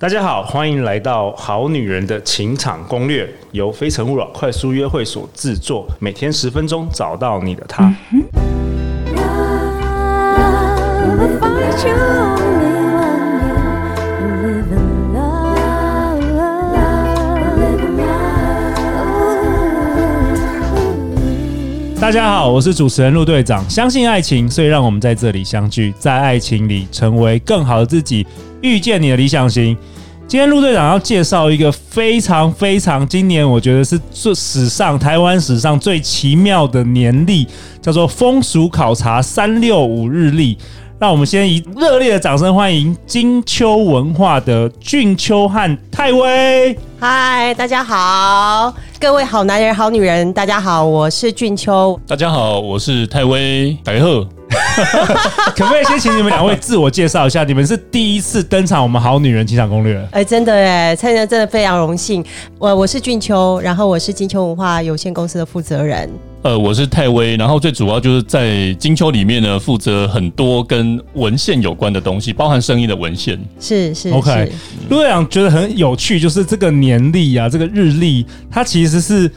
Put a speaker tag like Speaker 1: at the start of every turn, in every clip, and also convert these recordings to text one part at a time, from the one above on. Speaker 1: 大家好，欢迎来到《好女人的情场攻略》，由非诚勿扰快速约会所制作，每天十分钟，找到你的他。
Speaker 2: Love, if I truly love you, live in love, live in love.
Speaker 1: 大家好，我是主持人陆队长。相信爱情，所以让我们在这里相聚，在爱情里成为更好的自己，遇见你的理想型。今天陆队长要介绍一个非常非常今年我觉得是最史上台湾史上最奇妙的年历，叫做风俗考察三六五日历。让我们先以热烈的掌声欢迎金秋文化的俊秋和泰威。
Speaker 3: 嗨，大家好，各位好男人、好女人，大家好，我是俊秋。
Speaker 4: 大家好，我是泰威，大家好。
Speaker 1: 可不可以先请你们两位自我介绍一下？你们是第一次登场我们《好女人情场攻略》。
Speaker 3: 哎、真的哎，参加真的非常荣幸。我我是俊秋，然后我是金秋文化有限公司的负责人。
Speaker 4: 呃，我是泰威，然后最主要就是在金秋里面呢，负责很多跟文献有关的东西，包含生意的文献。
Speaker 3: 是是
Speaker 1: OK，陆队长觉得很有趣，就是这个年历啊，这个日历，它其实是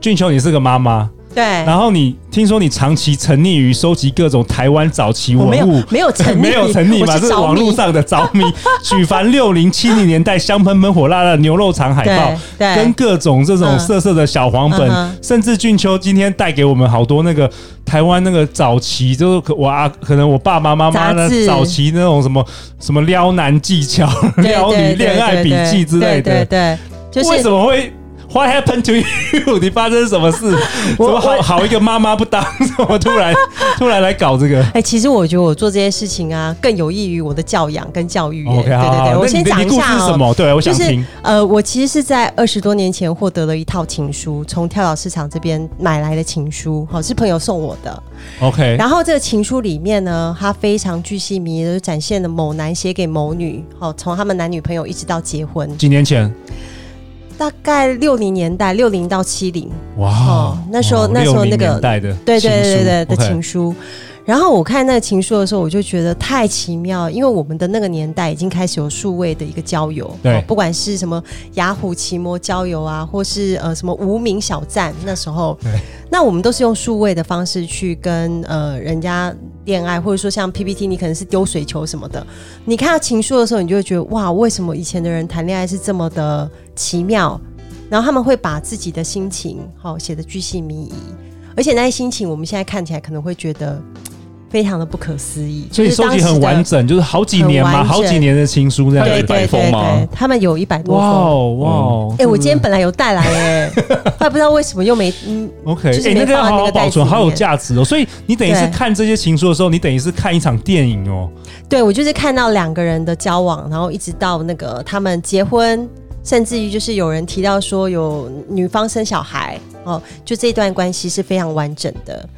Speaker 1: 俊秋，你是个妈妈，
Speaker 3: 是，对。
Speaker 1: 然后你听说你长期沉溺于收集各种台湾早期文
Speaker 3: 我没有
Speaker 1: 物。
Speaker 3: 没有沉溺，
Speaker 1: 没有沉溺嘛，
Speaker 3: 我
Speaker 1: 这
Speaker 3: 是
Speaker 1: 是
Speaker 3: 着
Speaker 1: 网络
Speaker 3: 迷。
Speaker 1: 上的着 迷。举凡六零七零年代香喷喷火辣辣的牛肉肠海报，
Speaker 3: 对对
Speaker 1: 跟各种这种
Speaker 3: 嗯
Speaker 1: 色色的小黄本，
Speaker 3: 嗯哼
Speaker 1: 甚至俊秋今天带给我们好多那个台湾那个早期，就是可我啊，可能我爸爸妈妈
Speaker 3: 杂
Speaker 1: 呢
Speaker 3: 志
Speaker 1: 早期那种什么什么撩男技巧、
Speaker 3: 对
Speaker 1: 撩女
Speaker 3: 对对
Speaker 1: 恋爱笔
Speaker 3: 对对
Speaker 1: 记之类
Speaker 3: 对
Speaker 1: 的，
Speaker 3: 对对，就
Speaker 1: 为
Speaker 3: 是
Speaker 1: 什么会？What happened to you？你 发生什么事？怎
Speaker 3: 我
Speaker 1: 么好好一个妈妈不当， 怎么突然突然来搞这个？
Speaker 3: 哎、其实我觉得我做这些事情啊，更有益于我的教养跟教育耶、
Speaker 1: OK，
Speaker 3: 对
Speaker 1: 好好
Speaker 3: 对
Speaker 1: 好
Speaker 3: 对，我
Speaker 1: 那你
Speaker 3: 先
Speaker 1: 的
Speaker 3: 讲
Speaker 1: 你
Speaker 3: 一
Speaker 1: 故事
Speaker 3: 下
Speaker 1: 是
Speaker 3: 哦、
Speaker 1: 什么？对，我想
Speaker 3: 就是
Speaker 1: 听。
Speaker 3: 呃，我其实是在二十多年前获得了一套情书，从跳蚤市场这边买来的情书，好是朋友送我的。
Speaker 1: OK，
Speaker 3: 然后这个情书里面呢，它非常巨细靡遗的展现了某男写给某女，好从他们男女朋友一直到结婚，
Speaker 1: 几年前，
Speaker 3: 大概六零年代，六零到七零，
Speaker 1: 哇
Speaker 3: 哦，那时候
Speaker 1: 哇
Speaker 3: 那时候
Speaker 1: 60
Speaker 3: 那个
Speaker 1: 年代的
Speaker 3: 对对对对对的
Speaker 1: 情书
Speaker 3: 情
Speaker 1: OK
Speaker 3: 书。然后我看那个情书的时候，我就觉得太奇妙，因为我们的那个年代已经开始有数位的一个交友，哦
Speaker 1: 对
Speaker 3: 不管是什么雅虎奇摩交友啊，或是呃什么无名小站，那时候
Speaker 1: 对，
Speaker 3: 那我们都是用数位的方式去跟呃人家恋爱，或者说像 PPT，你可能是丢水球什么的。你看到情书的时候，你就会觉得哇，为什么以前的人谈恋爱是这么的奇妙？然后他们会把自己的心情好、写的巨细靡遗，而且那些心情我们现在看起来可能会觉得嘖非常的不可思议。
Speaker 1: 所以
Speaker 3: 就是
Speaker 1: 收
Speaker 3: 当
Speaker 1: 集
Speaker 3: 时
Speaker 1: 很
Speaker 3: 的
Speaker 1: 完整，就是好几年
Speaker 3: 很
Speaker 1: 嘛，
Speaker 3: 完整
Speaker 1: 好几年的情书这样
Speaker 3: 对
Speaker 4: 对
Speaker 1: 子。
Speaker 3: 对
Speaker 4: 100封
Speaker 3: 对
Speaker 4: 吗
Speaker 3: 对，他们有一百多
Speaker 1: 哇
Speaker 3: 封。
Speaker 1: 哦哇哦！
Speaker 3: 哎、我今天本来有带来哎、后来不知道为什么又没嗯，
Speaker 1: OK，
Speaker 3: 就是
Speaker 1: 哎，
Speaker 3: 没
Speaker 1: 那个要好
Speaker 3: 放在那
Speaker 1: 好
Speaker 3: 个
Speaker 1: 保
Speaker 3: 袋子
Speaker 1: 存，
Speaker 3: 里
Speaker 1: 好有
Speaker 3: 面
Speaker 1: 价值哦。所以你等于是
Speaker 3: 对
Speaker 1: 看这些情书的时候，你等于是看一场电影哦。
Speaker 3: 对我就是看到两个人的交往，然后一直到那个他们结婚，甚至于就是有人提到说有女方生小孩哦，就这段关系是非常完整的。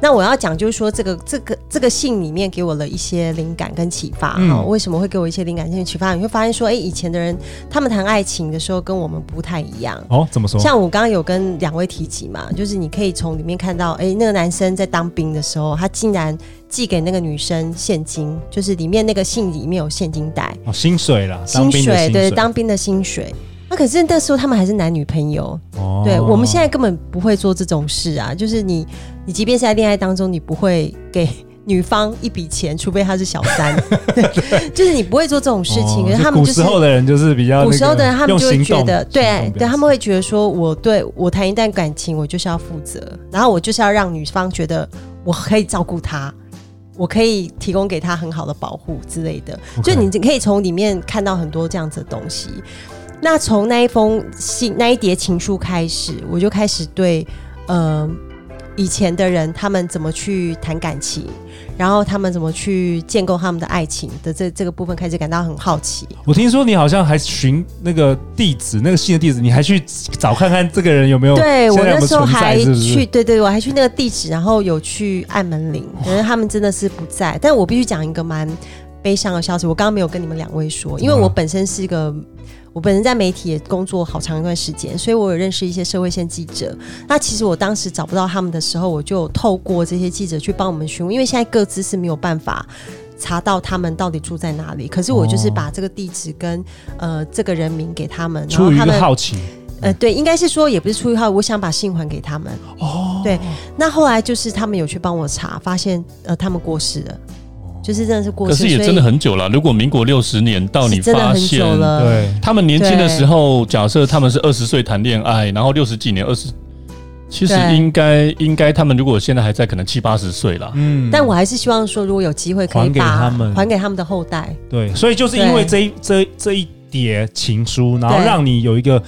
Speaker 3: 那我要讲就是说这个这个这个信里面给我了一些灵感跟启发、
Speaker 1: 嗯
Speaker 3: 哦。为什么会给我一些灵感跟启发？你会发现说，哎，以前的人他们谈爱情的时候跟我们不太一样。
Speaker 1: 哦，怎么说？
Speaker 3: 像我刚刚有跟两位提及
Speaker 1: 嗯
Speaker 3: 嘛，就是你可以从里面看到，哎、那个男生在当兵的时候，他竟然寄给那个女生现金，就是里面那个信里面有现金袋，
Speaker 1: 哦，薪水啦，当兵的薪
Speaker 3: 对，
Speaker 1: 水。
Speaker 3: 当兵的薪水。那、可是那时候他们还是男女朋友，
Speaker 1: 哦
Speaker 3: 对我们现在根本不会做这种事啊！就是你，你即便是在恋爱当中，你不会给女方一笔钱，除非她是小 三，对，就是你不会做这种事
Speaker 1: 哦
Speaker 3: 情。可是他们就
Speaker 1: 古时
Speaker 3: 是
Speaker 1: 候的人就是比较那个
Speaker 3: 古时候的人，他们
Speaker 1: 用
Speaker 3: 就会
Speaker 1: 行
Speaker 3: 觉
Speaker 1: 动
Speaker 3: 得，
Speaker 1: 行
Speaker 3: 对
Speaker 1: 动表
Speaker 3: 对，他
Speaker 1: 示
Speaker 3: 们会觉得说，我对我谈一段感情，我就是要负责，然后我就是要让女方觉得我可以照顾她，我可以提供给她很好的保护之类的。
Speaker 1: OK
Speaker 3: 就你可以从里面看到很多这样子的东西。那从那一封信、那一叠情书开始，我就开始对，呃，以前的人他们怎么去谈感情，然后他们怎么去建构他们的爱情的这这个部分开始感到很好奇。
Speaker 1: 我听说你好像还寻那个地址，那个信的地址，你还去找看看这个人有没有
Speaker 3: 对
Speaker 1: 现
Speaker 3: 我
Speaker 1: 在有没
Speaker 3: 那
Speaker 1: 有
Speaker 3: 时候
Speaker 1: 存在
Speaker 3: 还去，
Speaker 1: 是不是
Speaker 3: 对对，我还去那个地址，然后有去按门铃，可是他们真的是不在。但我必须讲一个蛮悲伤的消息，我刚刚没有跟你们两位说，因为
Speaker 1: 怎么了
Speaker 3: 我本身是一个。我本人在媒体也工作好长一段时间，所以我有认识一些社会线记者。那其实我当时找不到他们的时候，我就有透过这些记者去帮我们询问，因为现在各自是没有办法查到他们到底住在哪里。可是我
Speaker 1: 哦
Speaker 3: 就是把这个地址跟、呃这个人名给他们，然
Speaker 1: 出
Speaker 3: 后
Speaker 1: 于一
Speaker 3: 他
Speaker 1: 个
Speaker 3: 们
Speaker 1: 好奇，
Speaker 3: 呃对，应该是说也不是出于好奇，我想把信还给他们。
Speaker 1: 哦，
Speaker 3: 对，那后来就是他们有去帮我查，发现呃他们过世了，就是真的是过
Speaker 4: 可
Speaker 3: 世，所
Speaker 4: 是也
Speaker 3: 以
Speaker 4: 真的很久了。如果民国六十年到你
Speaker 3: 是真的
Speaker 4: 发
Speaker 3: 很
Speaker 4: 现
Speaker 3: 久，了，
Speaker 1: 对，
Speaker 4: 他们年轻的时候，假设他们是二十岁谈恋爱，然后六十几年二十，其实
Speaker 3: 对
Speaker 4: 应该应该他们如果现在还在，可能七八十岁啦。
Speaker 1: 嗯
Speaker 3: 但我还是希望说，如果有机会可以
Speaker 1: 还给
Speaker 3: 把
Speaker 1: 他们
Speaker 3: 还给他们的后代，
Speaker 1: 对，所以就是因为这一这这一叠情书，然后
Speaker 3: 对
Speaker 1: 让你有一个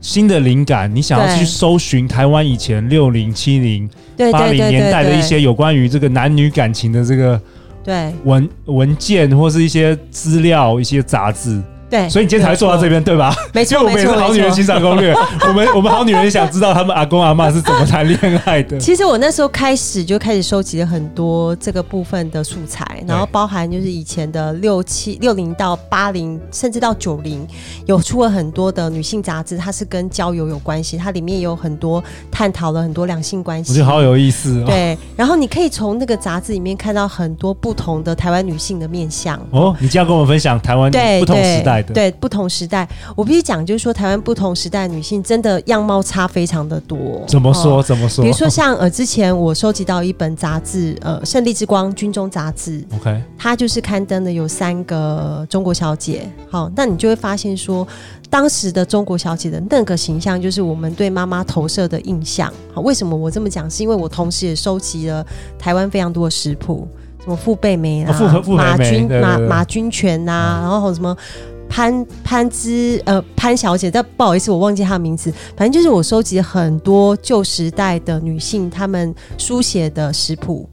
Speaker 1: 新的灵感，你想要去
Speaker 3: 对
Speaker 1: 搜寻台湾以前六零、七零、
Speaker 3: 对
Speaker 1: 八
Speaker 3: 对
Speaker 1: 零
Speaker 3: 对
Speaker 1: 年
Speaker 3: 对
Speaker 1: 代的一些有关于这个男女感情的这个
Speaker 3: 对
Speaker 1: 文文件或是一些资料、一些杂志，
Speaker 3: 对，
Speaker 1: 所以你今天才会做到这边，对吧？
Speaker 3: 没
Speaker 1: 所以
Speaker 3: 错
Speaker 1: 我们
Speaker 3: 没
Speaker 1: 也是
Speaker 3: 错
Speaker 1: 好女
Speaker 3: 没
Speaker 1: 人
Speaker 3: 错
Speaker 1: 欣。赏攻略，我们我们好女人想知道他们阿公阿妈是怎么谈恋爱的。
Speaker 3: 其实我那时候开始就开始收集了很多这个部分的素材，然后包含就是以前的六七六零到八零，甚至到九零，有出了很多的女性杂志，它是跟交友有关系，它里面有很多探讨了很多两性关系。
Speaker 1: 我觉得好有意思哦。
Speaker 3: 对，然后你可以从那个杂志里面看到很多不同的台湾女性的面相。
Speaker 1: 哦，你这样跟我们分享台湾嗯
Speaker 3: 对，
Speaker 1: 不同
Speaker 3: 对
Speaker 1: 时代的，
Speaker 3: 对不同时代，我必须讲，就是说台湾不同时代的女性真的样貌差非常的多。
Speaker 1: 怎么
Speaker 3: 哦
Speaker 1: 说？怎么说？
Speaker 3: 比如说像呃，之前我收集到一本杂志，呃，《胜利之光》军中杂志，
Speaker 1: ，OK，
Speaker 3: 它就是刊登的有三个中国小姐。好，那你就会发现说，当时的中国小姐的那个形象，就是我们对妈妈投射的印象。好，为什么我这么讲？是因为我同时也收集了台湾非常多的食谱，什么傅贝梅啦、
Speaker 1: 哦傅傅
Speaker 3: 马
Speaker 1: 培梅
Speaker 3: 君
Speaker 1: 对对
Speaker 3: 马
Speaker 1: 对
Speaker 3: 马君全呐、然后什么。潘潘之呃潘小姐，但不好意思，我忘记她的名字。反正就是我收集很多旧时代的女性她们书写的食谱，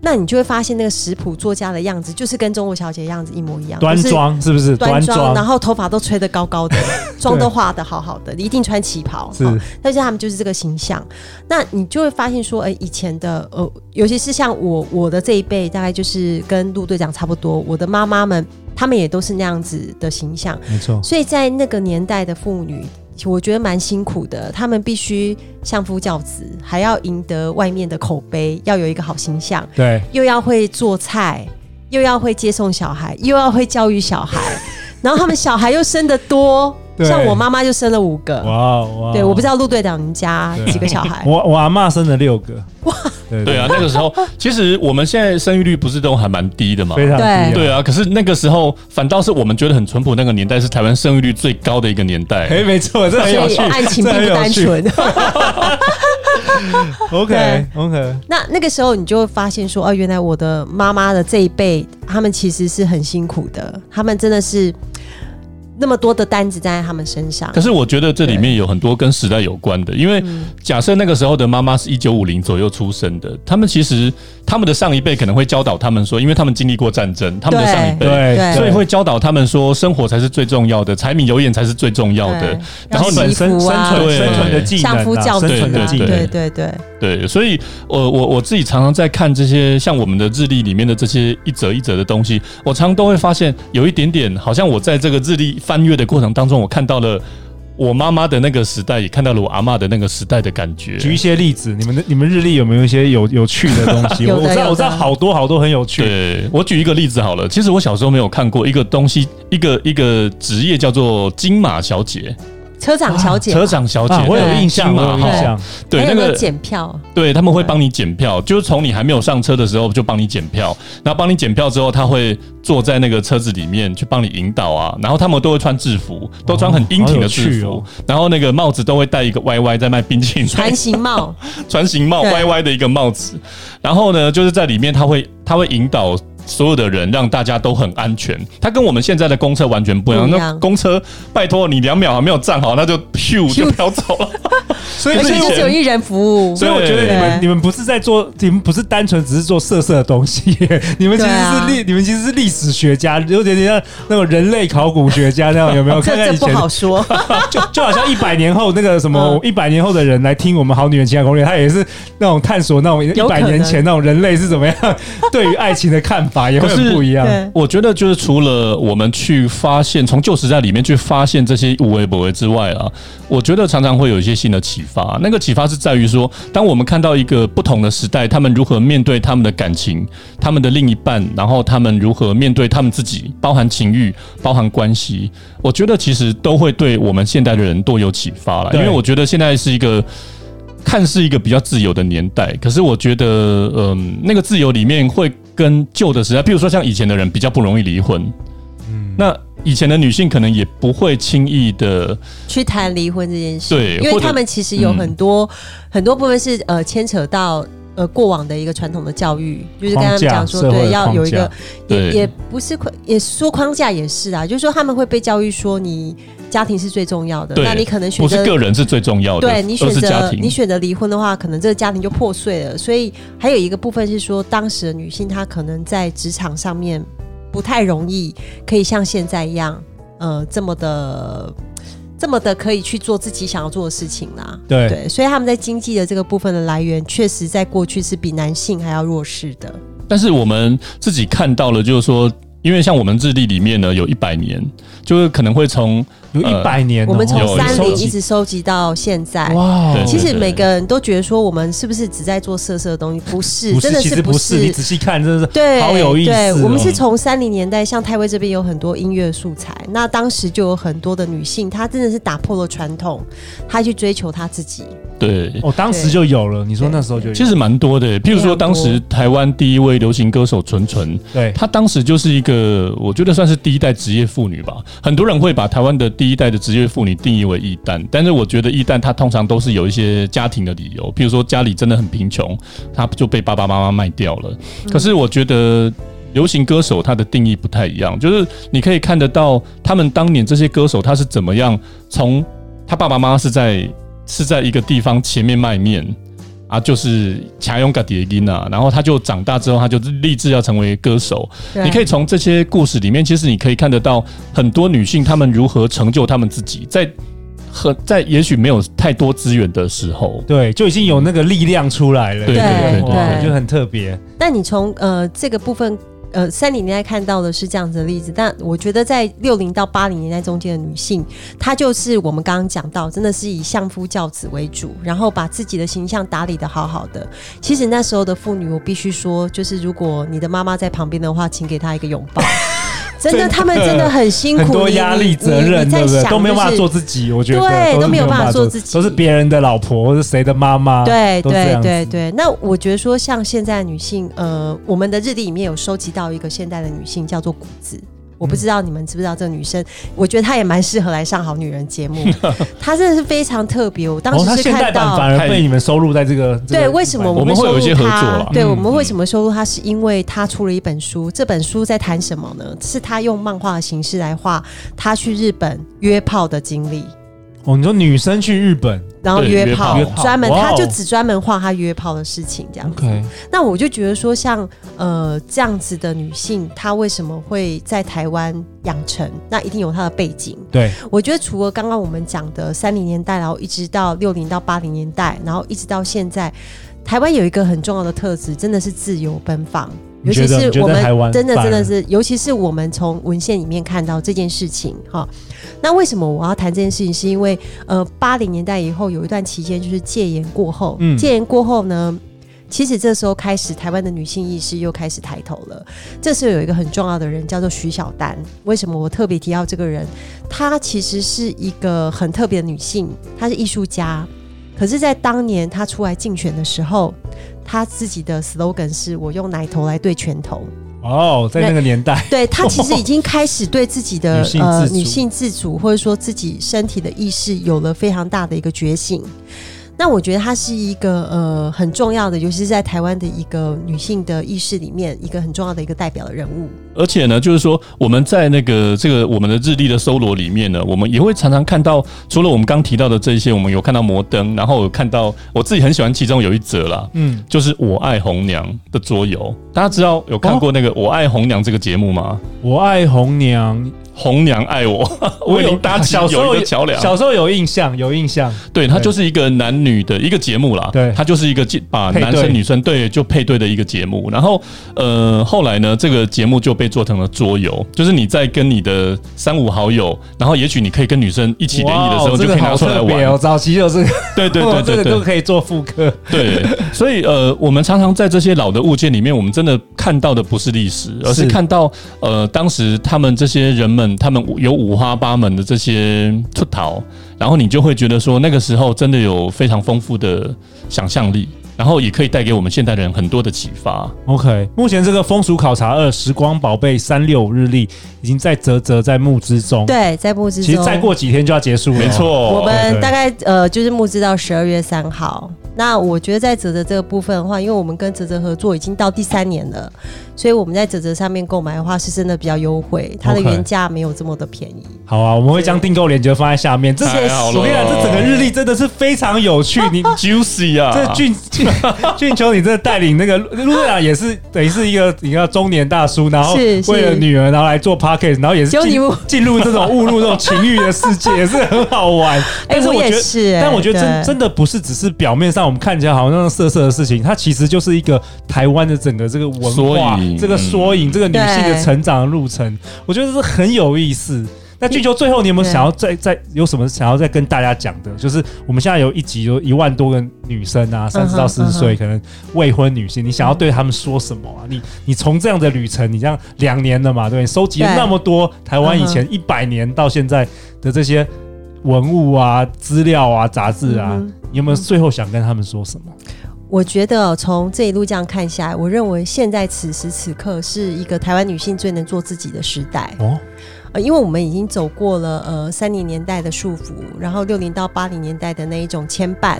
Speaker 3: 那你就会发现那个食谱作家的样子，就是跟中国小姐的样子一模一样，
Speaker 1: 端
Speaker 3: 就是
Speaker 1: 庄是不是？
Speaker 3: 端庄，然
Speaker 1: 庄
Speaker 3: 后头发都吹得 高高的， 妆都化得好好的，一定穿旗袍。
Speaker 1: 是
Speaker 3: 哦但是他们就是这个形象，那你就会发现说，哎、以前的呃，尤其是像我我的这一辈，大概就是跟陆队长差不多，我的妈妈们，她们也都是那样子的形象，
Speaker 1: 没错。
Speaker 3: 所以在那个年代的妇女。我觉得蛮辛苦的，她们必须相夫教子，还要赢得外面的口碑，要有一个好形象。
Speaker 1: 对，
Speaker 3: 又要会做菜，又要会接送小孩，又要会教育小 孩，然后他们小孩又生的多，
Speaker 1: 对
Speaker 3: 像我妈妈就生了五个。
Speaker 1: 哇哇
Speaker 3: 对，我不知道陆队长你们家
Speaker 1: 对啊
Speaker 3: 几个小孩，
Speaker 1: 我我阿嬷生了六个，哇，对
Speaker 4: 对啊，，那个时候其实我们现在生育率不是都还蛮低的嘛？
Speaker 1: 非常低啊
Speaker 4: 对。啊，可是那个时候反倒是我们觉得很淳朴，那个年代是台湾生育率最高的一个年代。
Speaker 1: 哎，没错，这很
Speaker 3: 所
Speaker 1: 有
Speaker 3: 以
Speaker 1: 趣，
Speaker 3: 案情
Speaker 1: 这
Speaker 3: 并
Speaker 1: 很
Speaker 3: 不
Speaker 1: 有
Speaker 3: 单
Speaker 1: 趣。
Speaker 3: 纯。
Speaker 1: OK OK，
Speaker 3: 那那个时候你就会发现说，哦、原来我的妈妈的这一辈，他们其实是很辛苦的，他们真的是那么多的单子站在他们身上
Speaker 4: 可。是我觉得这里面有很多跟时代有关的，因为假设那个时候的妈妈是一九五零左右出生的，他们其实他们的上一辈可能会教导他们说，因为他们经历过战争，他们的上一辈
Speaker 1: 对
Speaker 3: 对
Speaker 4: 所以会教导他们说，生活才是最重要的，柴米油盐才是最重要的
Speaker 3: 对。
Speaker 4: 然后
Speaker 3: 要
Speaker 4: 你
Speaker 1: 本
Speaker 3: 洗
Speaker 1: 身生
Speaker 3: 衣服啊
Speaker 1: 存
Speaker 4: 对
Speaker 1: 生存的技能
Speaker 3: 相夫
Speaker 1: 啊，
Speaker 3: 教
Speaker 1: 生
Speaker 3: 子
Speaker 1: 存的
Speaker 3: 啊，
Speaker 1: 技
Speaker 3: 对
Speaker 1: 能，
Speaker 3: 对对，
Speaker 4: 对，所以我我我自己常常在看这些像我们的日历里面的这些一则一则的东西，我常都会发现有一点点，好像我在这个日历翻阅的过程当中，我看到了我妈妈的那个时代，也看到了我阿嬷的那个时代的感觉。
Speaker 1: 举一些例子，你们的你们日历有没有一些有有趣的东 西？
Speaker 3: 有
Speaker 1: 我
Speaker 3: 的
Speaker 1: 我知
Speaker 3: 有
Speaker 1: 道
Speaker 3: 的
Speaker 1: 我知道好多好多很有趣，
Speaker 4: 对我举一个例子好了，其实我小时候没有看过一个东西，一个一个职业叫做金马小姐、
Speaker 3: 车长小姐嘛，
Speaker 4: 车长小姐，
Speaker 1: 啊，我有
Speaker 3: 对
Speaker 1: 印象，
Speaker 4: 金
Speaker 1: 我
Speaker 4: 马
Speaker 1: 有印
Speaker 4: 哈
Speaker 1: 象，
Speaker 4: 对
Speaker 3: 还
Speaker 4: 那
Speaker 3: 有没
Speaker 4: 个
Speaker 3: 有检票？
Speaker 4: 对，他们会帮你检票，就是从你还没有上车的时候就帮你检票，然后帮你检票之后，他会坐在那个车子里面去帮你引导啊，然后他们都会穿制服，都穿很英挺的制服，
Speaker 1: 好有趣哦
Speaker 4: 然后那个帽子都会戴一个歪歪在卖冰淇淋，
Speaker 3: 船形 帽，
Speaker 4: 船型帽
Speaker 3: 对
Speaker 4: 歪歪的一个帽子，然后呢，就是在里面他会他会引导。所有的人让大家都很安全，它跟我们现在的公车完全不一样。
Speaker 3: 不一
Speaker 4: 那
Speaker 3: 样
Speaker 4: 公车，拜托你两秒还没有站好，那就咻就飘走了。
Speaker 1: 所
Speaker 3: 而
Speaker 1: 以所
Speaker 3: 且
Speaker 1: 以
Speaker 3: 就
Speaker 1: 我
Speaker 3: 只有一人服务。
Speaker 1: 所以我觉得你们
Speaker 3: 对
Speaker 1: 你们不是在做，你们不是单纯只是做色色的东西， 你们其实是
Speaker 3: 对啊
Speaker 1: 历，你们其实是历史学家，有点像那种人类考古学家那样，有没有？
Speaker 3: 哦这
Speaker 1: 看看
Speaker 3: 这
Speaker 1: 以
Speaker 3: 不
Speaker 1: 前，
Speaker 3: 好嗯说，
Speaker 1: 就就好像一百年后那个什么，一百年后的人来听我们《好女人情感攻略》，他也是那种探索那种一
Speaker 3: 有可
Speaker 1: 百
Speaker 3: 能
Speaker 1: 年前那种人类是怎么样对于爱情的看法也会很不一样。
Speaker 3: 对，
Speaker 4: 我觉得就是除了我们去发现从旧时代里面去发现这些无为不为之外啊，我觉得常常会有一些新的启发。那个启发是在于说，当我们看到一个不同的时代，他们如何面对他们的感情、他们的另一半，然后他们如何面对他们自己，包含情欲、包含关系，我觉得其实都会对我们现代的人多有启发了。因
Speaker 1: 对
Speaker 4: 为我觉得现在是一个。看似一个比较自由的年代，可是我觉得，嗯、那个自由里面会跟旧的时代，譬如说像以前的人比较不容易离婚，嗯，那以前的女性可能也不会轻易的，
Speaker 3: 去谈离婚这件事，
Speaker 4: 对
Speaker 3: 因为
Speaker 4: 或者嗯
Speaker 3: 他们其实有很多、很多部分是呃牵扯到。呃，过往的一个传统的教育，就是跟他们讲说，
Speaker 1: 框架社会
Speaker 3: 对，
Speaker 1: 的
Speaker 3: 要有一
Speaker 1: 框
Speaker 3: 个
Speaker 1: 架，
Speaker 4: 对
Speaker 3: 也也不是框，也说框架也是啊，就是说他们会被教育说，你家庭是最重要的，
Speaker 4: 对
Speaker 3: 那你可能选
Speaker 4: 不是
Speaker 3: 择
Speaker 4: 个人是最重要的，
Speaker 3: 对你选
Speaker 4: 而是家
Speaker 3: 择
Speaker 4: 庭
Speaker 3: 你。选择离婚的话，可能这个家庭就破碎了。所以还有一个部分是说，当时的女性她可能在职场上面不太容易可以像现在一样，呃，这么的。这么的可以去做自己想要做的事情啦，
Speaker 1: 对
Speaker 3: 对，所以他们在经济的这个部分的来源，确实在过去是比男性还要弱势的。
Speaker 4: 但是我们自己看到了，就是说，因为像我们日历里面呢，有一百年，就是可能会从
Speaker 1: 有一百年哦，
Speaker 3: 我们从
Speaker 4: 有
Speaker 3: 三
Speaker 4: 收
Speaker 3: 零
Speaker 4: 集
Speaker 3: 一直收集到现在，
Speaker 1: 哇
Speaker 4: 对
Speaker 1: 哦，
Speaker 3: 其
Speaker 4: 对
Speaker 3: 实
Speaker 4: 对
Speaker 3: 每个人都觉得说我们是不是只在做色色的东西？不是，
Speaker 1: 不
Speaker 3: 真
Speaker 1: 是，
Speaker 3: 的
Speaker 1: 其
Speaker 3: 是
Speaker 1: 实不是，你仔细看，真的是
Speaker 3: 对，
Speaker 1: 好有意思
Speaker 3: 对，
Speaker 1: 哦
Speaker 3: 我们是从三零年代，像太尉这边有很多音乐素材，那当时就有很多的女性，她真的是打破了传统，她去追求她自己。
Speaker 4: 对。
Speaker 1: 哦，当时就有了。你说那时候就有，
Speaker 4: 其实蛮多的，譬如说
Speaker 3: 非常多
Speaker 4: 当时台湾第一位流行歌手纯纯，
Speaker 1: 对
Speaker 4: 她当时就是一个，我觉得算是第一代职业妇女吧。很多人会把台湾的第一代的职业妇女定义为异蛋，但是我觉得异蛋她通常都是有一些家庭的理由，譬如说家里真的很贫穷，她就被爸爸妈妈卖掉了。可是我觉得。流行歌手他的定义不太一样，就是你可以看得到他们当年这些歌手他是怎么样从他爸爸妈妈是在是在一个地方前面卖面啊，就是强勇嘎迪金啊，然后他就长大之后他就立志要成为歌手，
Speaker 3: 对
Speaker 4: 你可以从这些故事里面，其实你可以看得到很多女性她们如何成就她们自己，在很在也许没有太多资源的时候，
Speaker 1: 对，就已经有那个力量出来了，
Speaker 4: 对对
Speaker 3: 对
Speaker 1: 哇
Speaker 3: 对
Speaker 1: 就很特别。
Speaker 3: 那你从呃这个部分。呃，三零年代看到的是这样子的例子，但我觉得在六零到八零年代中间的女性，她就是我们刚刚讲到，真的是以相夫教子为主，然后把自己的形象打理的好好的。其实那时候的妇女，我必须说，就是如果你的妈妈在旁边的话，请给她一个拥抱。真的，
Speaker 1: 真的
Speaker 3: 她们真的很辛苦，
Speaker 1: 很多
Speaker 3: 你
Speaker 1: 压力、
Speaker 3: 你
Speaker 1: 责
Speaker 3: 你
Speaker 1: 任，对
Speaker 3: 你在
Speaker 1: 不对？
Speaker 3: 想
Speaker 1: 都没有
Speaker 3: 就
Speaker 1: 办法
Speaker 3: 是
Speaker 1: 做自己，我觉得
Speaker 3: 对
Speaker 1: 是
Speaker 3: 都没有办法做
Speaker 1: 做
Speaker 3: 自己
Speaker 1: 都是别人的老婆或是谁的妈妈，
Speaker 3: 对
Speaker 1: 啊都这
Speaker 3: 对
Speaker 1: 样子
Speaker 3: 对对，那我觉得说，像现在女性，呃，我们的日历里面有收集到一个现代的女性叫做谷子。我不知道你们知不知道这个女生，我觉得她也蛮适合来上《好女人》节目，她真的是非常特别。我当
Speaker 1: 哦，他
Speaker 3: 时是
Speaker 1: 现代
Speaker 3: 看到，
Speaker 1: 版反而被你们收录在这个这
Speaker 3: 对，
Speaker 1: 个
Speaker 3: 为什么
Speaker 1: 版
Speaker 4: 我们
Speaker 3: 们
Speaker 4: 会有一些
Speaker 3: 收录
Speaker 4: 合
Speaker 3: 她
Speaker 4: 作啦
Speaker 3: 对，
Speaker 4: 嗯
Speaker 3: 我们为什么收录她？是因为她出了一本书，这本书在谈什么呢？是她用漫画的形式来画她去日本约炮的经历。
Speaker 1: 哦，你说女生去日本
Speaker 3: 然后
Speaker 4: 对
Speaker 3: 约
Speaker 4: 约
Speaker 3: 炮
Speaker 4: 炮，
Speaker 3: 专门
Speaker 1: 哇哦
Speaker 3: 他就只专门画他约炮的事情这样子。
Speaker 1: ，OK，
Speaker 3: 那我就觉得说像，呃这样子的女性，她为什么会在台湾养成？那一定有她的背景。
Speaker 1: 对，
Speaker 3: 我觉得除了刚刚我们讲的三零年代，然后一直到六零到八零年代，然后一直到现在，台湾有一个很重要的特质，真的是自由奔放。
Speaker 1: 你
Speaker 3: 尤
Speaker 1: 觉
Speaker 3: 其
Speaker 1: 得
Speaker 3: 是
Speaker 1: 你觉得
Speaker 3: 我们
Speaker 1: 台湾
Speaker 3: 真的
Speaker 1: 反而
Speaker 3: 真的是，尤其是我们从文献里面看到这件事情哈。那为什么我要谈这件事情？是因为呃，八零年代以后有一段期间就是戒严过后，
Speaker 1: 嗯
Speaker 3: 戒严过后呢，其实这时候开始台湾的女性意识又开始抬头了。这时候有一个很重要的人叫做徐小丹，为什么我特别提到这个人？她其实是一个很特别的女性，她是艺术家。可是，在当年她出来竞选的时候，她自己的 slogan 是我用奶头来对拳头。
Speaker 1: 哦，在那个年代，
Speaker 3: 对她其实已经开始对自己的 呃
Speaker 1: 女性自主
Speaker 3: 女性自主，或者说自己身体的意识有了非常大的一个觉醒。那我觉得她是一个呃很重要的，尤其是在台湾的一个女性的意识里面，一个很重要的一个代表的人物。
Speaker 4: 而且呢，就是说我们在那个这个我们的日历的搜罗里面呢，我们也会常常看到，除了我们刚提到的这些，我们有看到摩登，然后有看到我自己很喜欢其中有一则啦，
Speaker 1: 嗯，
Speaker 4: 就是我爱红娘的桌游，大家知道有看过那个我爱红娘这个节目吗？
Speaker 1: 我爱红娘，
Speaker 4: 红娘爱 我，为您搭起
Speaker 1: 小时
Speaker 4: 友
Speaker 1: 候
Speaker 4: 谊的桥梁。
Speaker 1: 小时候有印象，有印象。
Speaker 4: 对，它
Speaker 1: 对
Speaker 4: 就是一个男女的一个节目啦。
Speaker 1: 对
Speaker 4: 它就是一个介把
Speaker 1: 配对
Speaker 4: 男生女生对就配对的一个节目。然后呃，后来呢，这个节目就被做成了桌游，就是你在跟你的三五好友，然后也许你可以跟女生一起联谊的时
Speaker 1: 哇
Speaker 4: 候，
Speaker 1: 哦
Speaker 4: 就可以拿出
Speaker 1: 这个
Speaker 4: 来
Speaker 1: 好特别
Speaker 4: 玩。
Speaker 1: 哦，早期有这个，
Speaker 4: 对对 对
Speaker 1: 这
Speaker 4: 对
Speaker 1: 个
Speaker 4: 对
Speaker 1: 都可以做复刻。
Speaker 4: 对，所以呃，我们常常在这些老的物件里面，我们真的看到的不是历史，而是
Speaker 1: 是
Speaker 4: 看到呃当时他们这些人们，他们有五花八门的这些出逃，然后你就会觉得说，那个时候真的有非常丰富的想象力，然后也可以带给我们现代人很多的启发。
Speaker 1: OK，目前这个风俗考察二《时光宝贝三六五日历》已经在啧啧在募资中。，
Speaker 3: 对，在布置中。
Speaker 1: 其实再过几天就要结束了。
Speaker 4: 没，错，
Speaker 3: 我
Speaker 1: 对
Speaker 3: 们大概呃就是募资到十二月三号。那我觉得在泽泽这个部分的话，因为我们跟泽泽合作已经到第三年了，所以我们在泽泽上面购买的话是真的比较优惠，它的
Speaker 1: OK
Speaker 3: 原价没有这么的便宜。
Speaker 1: 好啊，我们会将订购链接放在下面。这
Speaker 4: 太好了
Speaker 1: 我跟你讲，哎这整个日历真的是非常有 趣。你
Speaker 4: juicy 啊，
Speaker 1: 这俊 俊俊球，你真的带领那个陆队长也是等于是一个一个中年大叔，然后
Speaker 3: 是是
Speaker 1: 为了女儿，然后来做 p o c k e t 然后也是
Speaker 3: 只有你
Speaker 1: 进
Speaker 3: 不
Speaker 1: 进入这种误入这种情欲的世界，也是很好玩。但是
Speaker 3: 哎我
Speaker 1: 我觉
Speaker 3: 也
Speaker 1: 得，
Speaker 3: 是哎
Speaker 1: 但我觉得真
Speaker 3: 对
Speaker 1: 真的不是只是表面上我们看起来好像那种色色的事情，它其实就是一个台湾的整个这个文化
Speaker 4: 缩影、嗯
Speaker 1: 这个缩影、这个女性的成长的路程，我觉得是很有意思。那俊球，最后你有没有
Speaker 3: 对
Speaker 1: 想要再再有什么想要再跟大家讲的？就是我们现在有一集有一万多个女生啊，三十到四十岁
Speaker 3: 嗯
Speaker 1: 可能未婚女性，你想要对她们说什么啊？你你从这样的旅程，你这样两年了嘛，对不对？收集了
Speaker 3: 对
Speaker 1: 那么多台湾以
Speaker 3: 嗯
Speaker 1: 前一百年到现在的这些文物啊、资料啊、杂志啊，
Speaker 3: 嗯
Speaker 1: 你有没有最后想跟他们说什么？
Speaker 3: 我觉得哦从这一路这样看下来，我认为现在此时此刻是一个台湾女性最能做自己的时代。
Speaker 1: 哦，
Speaker 3: 呃，因为我们已经走过了呃三零年代的束缚，然后六零到八零年代的那一种牵绊，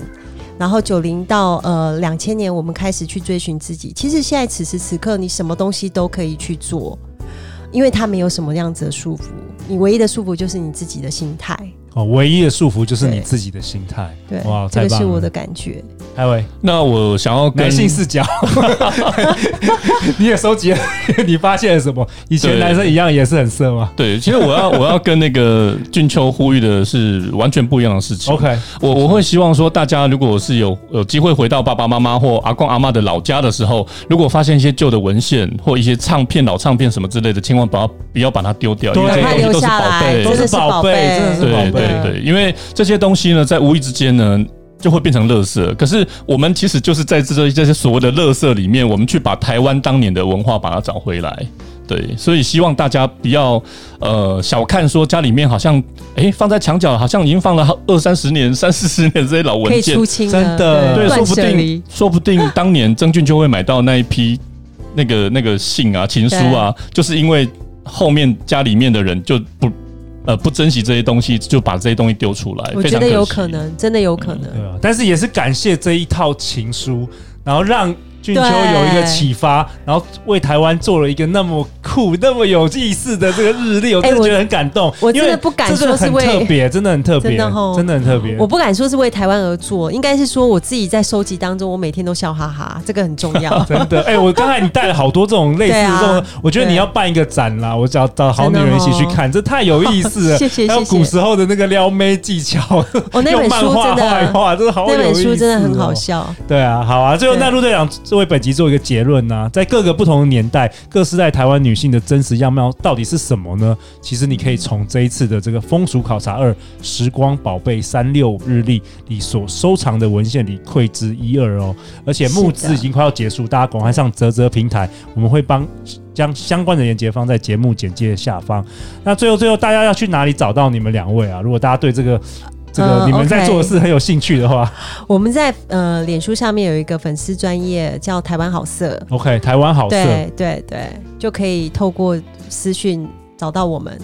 Speaker 3: 然后九零到呃两千年，我们开始去追寻自己。其实现在此时此刻，你什么东西都可以去做，因为它没有什么样子的束缚，你唯一的束缚就是你自己的心态。
Speaker 1: 哦，唯一的束缚就是你
Speaker 3: 对
Speaker 1: 自己的心态。
Speaker 3: 对，
Speaker 1: 哇，太
Speaker 3: 这个
Speaker 1: 棒
Speaker 3: 是
Speaker 1: 了！
Speaker 3: 我的感觉。
Speaker 1: 海伟，
Speaker 4: 那我想要跟
Speaker 1: 男性视 角，你也收集了，你发现了什么？以前
Speaker 4: 对
Speaker 1: 男生一样也是很色吗
Speaker 4: 对，其实我要我要跟那个俊秋呼吁的是完全不一样的事情。
Speaker 1: ？OK，
Speaker 4: 我我会希望说，大家如果是有有机会回到爸爸妈妈或阿公阿妈的老家的时候，如果发现一些旧的文献或一些唱片、老唱片什么之类的，千万不要不要把它丢掉，因为
Speaker 1: 对
Speaker 4: 这些
Speaker 1: 把它
Speaker 3: 啊
Speaker 4: 东西
Speaker 3: 留
Speaker 1: 都
Speaker 3: 下来真
Speaker 4: 都是宝贝，
Speaker 1: 是
Speaker 3: 的是
Speaker 1: 宝
Speaker 3: 宝
Speaker 1: 贝，
Speaker 3: 贝
Speaker 1: 真的是宝贝。
Speaker 4: 对对对，因为这些东西呢，在无意之间呢。就会变成垃圾，可是我们其实就是在这这些所谓的垃圾里面，我们去把台湾当年的文化把它找回来。对，所以希望大家不要呃小看说家里面好像诶、放在墙角，好像已经放了好二三十年、 三四十年这些老
Speaker 3: 可以
Speaker 4: 文件
Speaker 3: 出，清
Speaker 1: 真的
Speaker 4: 对，说
Speaker 3: 断
Speaker 4: 不
Speaker 3: 舍离
Speaker 4: 定，说不定当年曾俊就会买到那一批那个那个信啊、情书啊，就是因为后面家里面的人就不呃不珍惜这些东西，就把这些东西丢出
Speaker 1: 哎
Speaker 4: 来。
Speaker 3: 我觉
Speaker 4: 非常
Speaker 3: 得有
Speaker 4: 惜
Speaker 3: 可。能，真的有可能。
Speaker 1: 对啊，但是也是感谢这一套情书，然后让俊秋
Speaker 3: 对
Speaker 1: 有一个启发，然后为台湾做了一个那么酷、那么有意思的这个日历，我真的
Speaker 3: 哎我
Speaker 1: 觉得很感动。
Speaker 3: 我真的
Speaker 1: 因为
Speaker 3: 不敢
Speaker 1: 这真的
Speaker 3: 说是
Speaker 1: 很
Speaker 3: 为
Speaker 1: 特别，真的很特别，
Speaker 3: 真的哦
Speaker 1: 真的很特别。。
Speaker 3: 我不敢说是为台湾而做，应该是说我自己在收集当中，我每天都笑哈哈，这个很重 要
Speaker 1: 真的，哎、我刚才你带了好多这种类似
Speaker 3: 对
Speaker 1: 的
Speaker 3: 啊
Speaker 1: 这种，我觉得你
Speaker 3: 对哦
Speaker 1: 要办一个展啦，我找找好女人一起去看，这太有意思了。
Speaker 3: 谢谢
Speaker 1: 还有
Speaker 3: 谢谢
Speaker 1: 古时候的那个撩妹技巧，
Speaker 3: 哦，那
Speaker 1: 用
Speaker 3: 本
Speaker 1: 漫
Speaker 3: 书
Speaker 1: 画
Speaker 3: 真
Speaker 1: 画一
Speaker 3: 的，
Speaker 1: 画，真的好有
Speaker 3: 那
Speaker 1: 意思、哦
Speaker 3: 本书真的很好。笑。
Speaker 1: 对啊，好啊，最后
Speaker 3: 对
Speaker 1: 那陆队长为本集做一个结论呢、在各个不同的年代，各时代台湾女性的真实样貌到底是什么呢？其实你可以从这一次的这个风俗考察二《时光宝贝三六日历》里所收藏的文献里窥之一二哦。而且募
Speaker 3: 是
Speaker 1: 资
Speaker 3: 的
Speaker 1: 已经快要结束，大家赶快上泽泽平台，我们会帮将相关的链接放在节目简介下方。那最后最后，大家要去哪里找到你们两位啊？如果大家对这个这个
Speaker 3: 呃
Speaker 1: 你们在
Speaker 3: OK
Speaker 1: 做的事很有兴趣的话
Speaker 3: 我们在呃脸书上面有一个粉丝专业叫台湾好色，
Speaker 1: ，OK，台湾好色。
Speaker 3: 对对对，就可以透过私讯找到我们。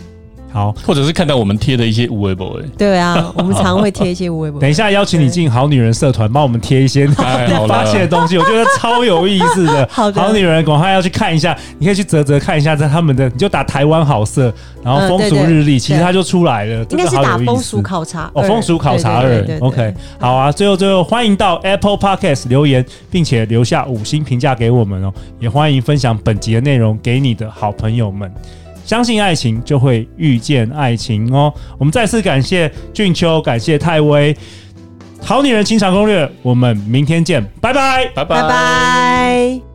Speaker 1: 好，
Speaker 4: 或者是看到我们贴的一些无为 boy，
Speaker 3: 对啊，我们常会贴一些微博
Speaker 1: 等。一下邀请你进好女人社团，帮我们贴一 些你
Speaker 4: 太哎好
Speaker 1: 发现的
Speaker 4: 了，
Speaker 1: 东西，我觉得超有意思的。
Speaker 3: 好的
Speaker 1: 女人，赶快要去看一下，你可以去泽泽看一下，在他们的你就打台湾好色，然后
Speaker 3: 嗯
Speaker 1: 风俗
Speaker 3: 对对
Speaker 1: 日历，其实它就出来了，
Speaker 3: 应
Speaker 1: 真
Speaker 3: 该
Speaker 1: 的
Speaker 3: 是
Speaker 1: 好
Speaker 3: 打
Speaker 1: 有意
Speaker 3: 风俗
Speaker 1: 思。
Speaker 3: 考察
Speaker 1: 哦，
Speaker 3: 二
Speaker 1: 风俗考察二
Speaker 3: 对对对对对
Speaker 1: ，OK，好啊。最后最后，欢迎到 Apple Podcast 留言，并且留下五星评价给我们哦，也欢迎分享本集的内容给你的好朋友们。相信爱情就会遇见爱情哦。我们再次感谢俊秋，感谢泰威，《好女人情场攻略》，我们明天见，拜拜。
Speaker 4: 拜拜
Speaker 3: 拜拜。